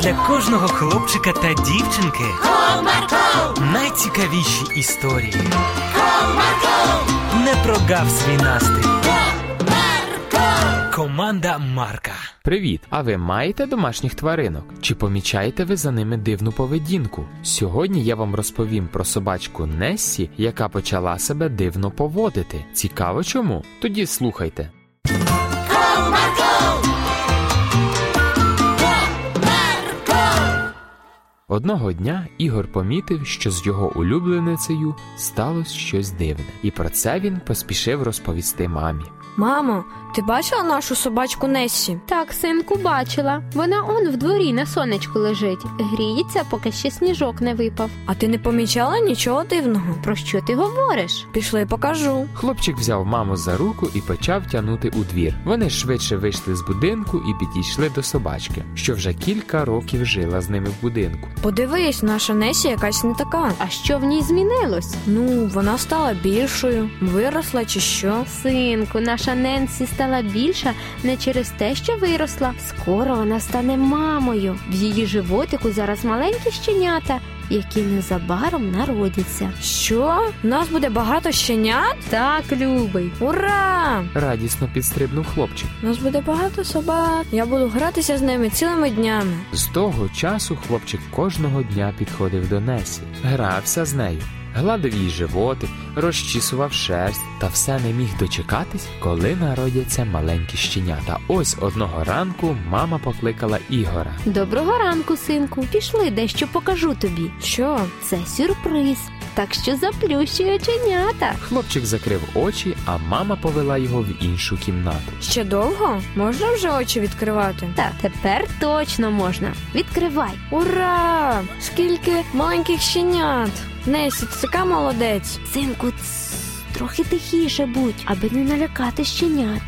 для кожного хлопчика та дівчинки Comarco, найцікавіші історії. comarco, Не прогав свій настрій. comarco. Команда Марка. Привіт! А ви маєте домашніх тваринок? Чи помічаєте ви за ними дивну поведінку? Сьогодні я вам розповім про собачку Нессі, яка почала себе дивно поводити. Цікаво чому? Тоді слухайте. Одного дня Ігор помітив, що з його улюбленицею сталося щось дивне, і про це він поспішив розповісти мамі. Мамо, ти бачила нашу собачку Нессі? Так, синку, бачила. Вона он в дворі на сонечку лежить, гріється, поки ще сніжок не випав. А ти не помічала нічого дивного? Про що ти говориш? Пішли покажу. Хлопчик взяв маму за руку і почав тягнути у двір. Вони швидше вийшли з будинку і підійшли до собачки, що вже кілька років жила з ними в будинку. Подивись, наша Несі якась не така. А що в ній змінилось? Ну, вона стала більшою, виросла чи що. Синку, наша Ненсі стала більша не через те, що виросла. Скоро вона стане мамою. В її животику зараз маленькі щенята, які незабаром народяться. Що? У нас буде багато щенят? Так, любий. Ура! Радісно підстрибнув хлопчик. У нас буде багато собак. Я буду гратися з ними цілими днями. З того часу хлопчик кожного дня підходив до Несі, грався з нею, гладив їй животик, розчісував шерсть та все не міг дочекатись, коли народяться маленькі щенята. Ось одного ранку мама покликала Ігора. Доброго ранку, синку. Пішли, дещо покажу тобі. Що? Це сюрприз. Так що заплющуй оченята. Хлопчик закрив очі, а мама повела його в іншу кімнату. Ще довго? Можна вже очі відкривати? Та тепер точно можна. Відкривай. Ура! Скільки маленьких щенят! Несі, ти така молодець. Синку, тс, трохи тихіше будь, аби не налякати щенят.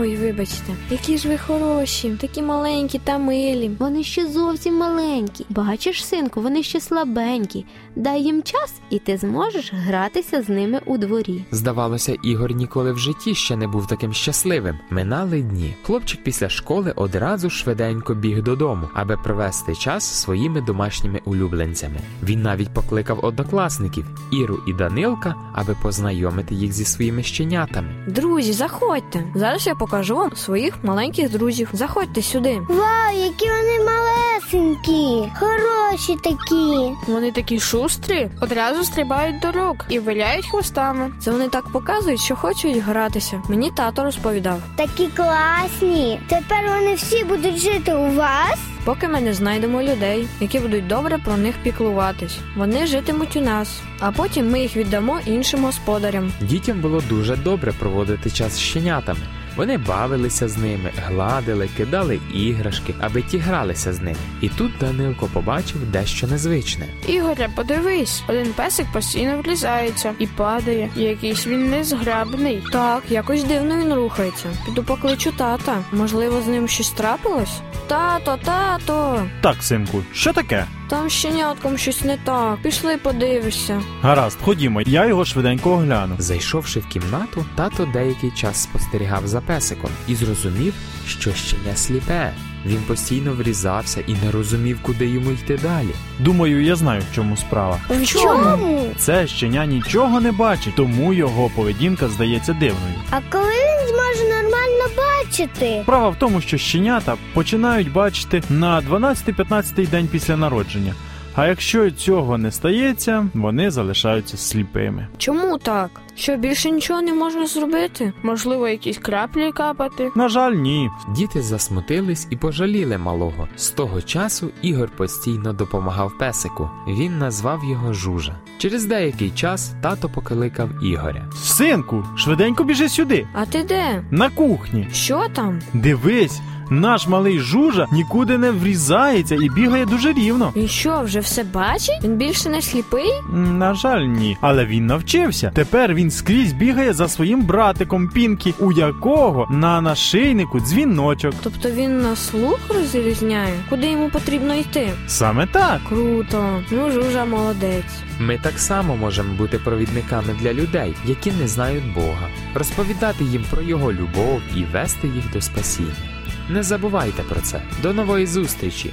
Ой, вибачте, які ж ви хороші, такі маленькі та милі. Вони ще зовсім маленькі. Бачиш, синку, вони ще слабенькі. Дай їм час, і ти зможеш гратися з ними у дворі. Здавалося, Ігор ніколи в житті ще не був таким щасливим. Минали дні. Хлопчик після школи одразу швиденько біг додому, аби провести час зі своїми домашніми улюбленцями. Він навіть покликав однокласників Іру і Данилка, аби познайомити їх зі своїми щенятами. Друзі, заходьте. Зараз я покажу вам своїх маленьких друзів. Заходьте сюди. Вау, які вони малесенькі, хороші такі. Вони такі шустрі, одразу стрибають до рук і виляють хвостами. Це вони так показують, що хочуть гратися. Мені тато розповідав. Такі класні. Тепер вони всі будуть жити у вас. Поки ми не знайдемо людей, які будуть добре про них піклуватись. Вони житимуть у нас, а потім ми їх віддамо іншим господарям. Дітям було дуже добре проводити час з щенятами. Вони бавилися з ними, гладили, кидали іграшки, аби ті гралися з ними. І тут Данилко побачив дещо незвичне. Ігоре, подивись, один песик постійно влізається і падає. Якийсь він незграбний. Так, якось дивно він рухається. Піду покличу тата. Можливо, з ним щось трапилось? Тато, тато! Так, синку, що таке? Там з щенятком щось не так. Пішли подивишся. Гаразд, ходімо, я його швиденько огляну. Зайшовши в кімнату, тато деякий час спостерігав за песиком і зрозумів, що щеня сліпе. Він постійно врізався і не розумів, куди йому йти далі. Думаю, я знаю, в чому справа. В чому? Це щеня нічого не бачить, тому його поведінка здається дивною. А коли він зможе нормально бачити? Справа в тому, що щенята починають бачити на 12-15 день після народження. А якщо цього не стається, вони залишаються сліпими. Чому так? Що більше нічого не можна зробити? Можливо, якісь краплі капати. На жаль, ні. Діти засмутились і пожаліли малого. З того часу Ігор постійно допомагав песику. Він назвав його Жужа. Через деякий час тато покликав Ігоря. Синку, швиденько біжи сюди, А ти де? на кухні. Що там? Дивись, наш малий жужа нікуди не врізається і бігає дуже рівно. Він що, вже все бачить? Він більше не сліпий? М, На жаль, ні, але він навчився. Тепер він скрізь бігає за своїм братиком Пінкі, у якого на нашийнику дзвіночок. Тобто він на слух розрізняє, куди йому потрібно йти? Саме так. Круто, ну жужа молодець. Ми так само можемо бути провідниками для людей, які не знають Бога, розповідати їм про його любов і вести їх до спасіння. Не забувайте про це. До нової зустрічі!